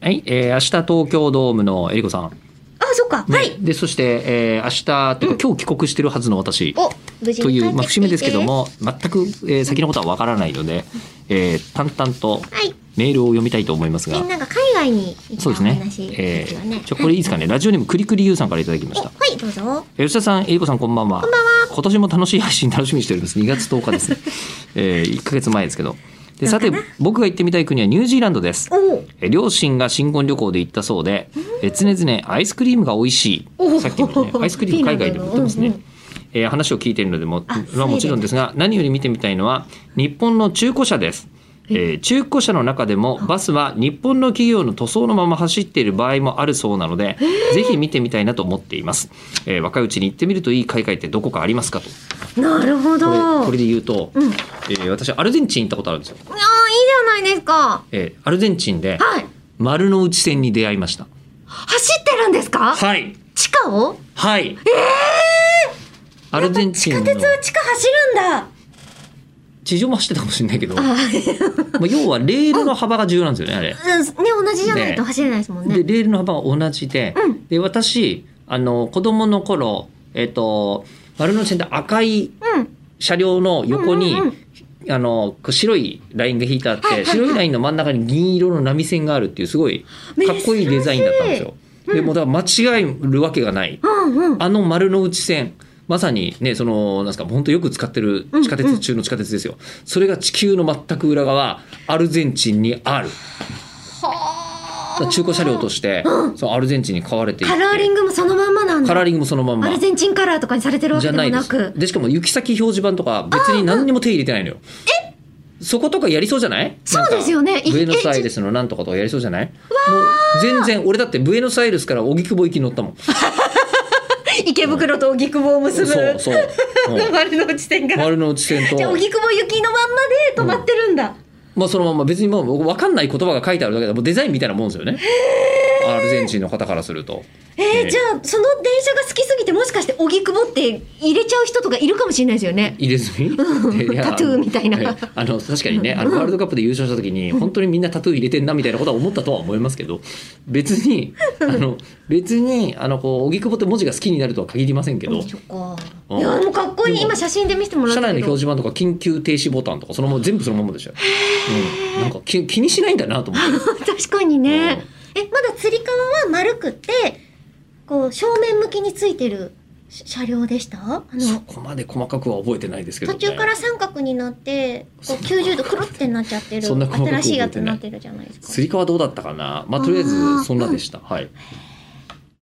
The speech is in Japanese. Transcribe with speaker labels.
Speaker 1: はい、えー明日東京ドームのえりこさん。
Speaker 2: あ、そっか。
Speaker 1: ね
Speaker 2: はい。
Speaker 1: で、そして、えー明日、というか今日帰国してるはずの私。
Speaker 2: お、無事に
Speaker 1: という、
Speaker 2: 帰
Speaker 1: まあ、
Speaker 2: ってきて
Speaker 1: 節目ですけど。も、全く、えー先のことはわからないので、えー淡々と
Speaker 2: はい。
Speaker 1: メールを読みたいと思います
Speaker 2: み
Speaker 1: が
Speaker 2: ん、なが海外に行った
Speaker 1: そうで
Speaker 2: お
Speaker 1: すね
Speaker 2: 話。
Speaker 1: え
Speaker 2: ですよね
Speaker 1: ー、。ちょ、これいいですかね。ラジオネームくりくりゆうさんからいただきま
Speaker 2: お
Speaker 1: した。
Speaker 2: はい、どうぞ。
Speaker 1: えー吉田さん、えりこさん、こんばんは。今年も楽しい配信楽しみにしております。2月10日です ね。えー、1ヶ月前ですけど。でさて、僕が行ってみたい国はニュージーランドです。
Speaker 2: おう
Speaker 1: え両親が新婚旅行で行ったそうで、え常々アイスクリームが美味し
Speaker 2: お
Speaker 1: い。さっき のね、アイスクリーム海外でも売ってますね。
Speaker 2: うんうん
Speaker 1: えー話を聞いているのでも
Speaker 2: あ、
Speaker 1: まあ、もちろんですが、何より見てみたいのは、日本の中古車です。えー中古車の中でもバスは日本の企業の塗装のまま走っている場合もあるそうなので、ぜひ見てみたいなと思っています、えー若いうちに行ってみるといい海外ってどこかありますかと
Speaker 2: なるほど。
Speaker 1: こ
Speaker 2: あ
Speaker 1: れこ
Speaker 2: あ、い
Speaker 1: れ
Speaker 2: い
Speaker 1: で言うと、
Speaker 2: うん
Speaker 1: えー私アルゼンチン行ったことあるんですよ、
Speaker 2: じゃないですか。
Speaker 1: えーアルゼンチンで
Speaker 2: はい。
Speaker 1: 丸の内線に出会いました
Speaker 2: 走ってるんですか
Speaker 1: はい
Speaker 2: 地下を
Speaker 1: はい。アルゼンチン
Speaker 2: や
Speaker 1: の
Speaker 2: っぱ地下鉄は地下走るんだ。
Speaker 1: 地上も走ってたかもしれないけど、まあ、
Speaker 2: あ
Speaker 1: 要はレールの幅が重要なんですよね、あれ。
Speaker 2: うん、ね、同じじゃないと
Speaker 1: ね
Speaker 2: 走れないですもんね。
Speaker 1: で、レールの幅が同じで、
Speaker 2: うん
Speaker 1: で、私、あの、子供の頃、えっ、と、丸の内線で赤い
Speaker 2: うん。
Speaker 1: 車両の横に、
Speaker 2: うんうん
Speaker 1: あの、こう白いラインが引いてあって、
Speaker 2: はいはいはい
Speaker 1: 白いラインの真ん中に銀色の波線があるっていう、すごいかっこいいデザインだったんですよ。でも、だから間違えるわけがない。
Speaker 2: うんうん。
Speaker 1: あの丸の内線、まさにね、その、なんですか、本当よく使ってる地下
Speaker 2: うんう
Speaker 1: 鉄
Speaker 2: ん
Speaker 1: 中の地下鉄ですよ。それが地球の全く裏側、アルゼンチンにある。
Speaker 2: は
Speaker 1: だから中古車両として、そのアルゼンチンに買われていて
Speaker 2: カラーリングもそのまんまなんだ。
Speaker 1: カラーリングもそのまん
Speaker 2: ア
Speaker 1: ま
Speaker 2: ル。ゼンチンカラーとかにされてるわ
Speaker 1: じ
Speaker 2: け
Speaker 1: ゃ
Speaker 2: で
Speaker 1: な
Speaker 2: も
Speaker 1: いで
Speaker 2: な
Speaker 1: す
Speaker 2: く。。
Speaker 1: で、しかも行き先表示板とか、別に何にも手入れてないのよ。そことかやりそうじゃない
Speaker 2: そうですよね
Speaker 1: なんかブエノスアイレスのなんとかとかやりそうじゃないもう全然、俺だってブエノスアイレスから荻窪行きに乗ったもん。
Speaker 2: 池袋と荻窪を
Speaker 1: そ
Speaker 2: 結
Speaker 1: う
Speaker 2: ぶ。
Speaker 1: そう。 うん
Speaker 2: 丸の内線が。
Speaker 1: 丸の内線と。
Speaker 2: じゃあ荻窪行きのまんまで止まってるんだ。
Speaker 1: まあそのまま別にもう分かんない言葉が書いてあるだけでもうデザインみたいなもんですよねアルゼンチンの方からすると
Speaker 2: え
Speaker 1: え
Speaker 2: ー、じゃあその電車が好きすぎてもしかして荻窪って入れちゃう人とかいるかもしれないですよね。
Speaker 1: 入れ墨いや
Speaker 2: タトゥーみたいな
Speaker 1: ええあの確かにねあのワールドカップで優勝した時に本当にみんなタトゥー入れてんなみたいなことは思ったとは思いますけど別にあの別にあのこう荻窪って文字が好きになるとは限りませんけど
Speaker 2: そっか。
Speaker 1: うん
Speaker 2: いやもうかっこいい。
Speaker 1: でも
Speaker 2: 今写真で見せてもらっ
Speaker 1: 車
Speaker 2: た
Speaker 1: 内の
Speaker 2: け
Speaker 1: 表
Speaker 2: ど。
Speaker 1: 示板とか緊急停止ボタンとかそのまま全部そのままでしたよ、うん、なんか気気にしないんだなと思って
Speaker 2: 確かにね。えまだつり革は丸くてこう正面向きについてるし車両でした？あ
Speaker 1: そ
Speaker 2: の
Speaker 1: こまで細かくは覚えてないですけど、
Speaker 2: 途
Speaker 1: ね、
Speaker 2: 中から三角になってこう90度くるってなっちゃってる
Speaker 1: そんな細かく
Speaker 2: 新しいやつ
Speaker 1: 覚えて
Speaker 2: に
Speaker 1: ない
Speaker 2: なってるじゃないですか。
Speaker 1: すり革どうだったかなまあとりあえ
Speaker 2: あー
Speaker 1: ずそんなでした、はい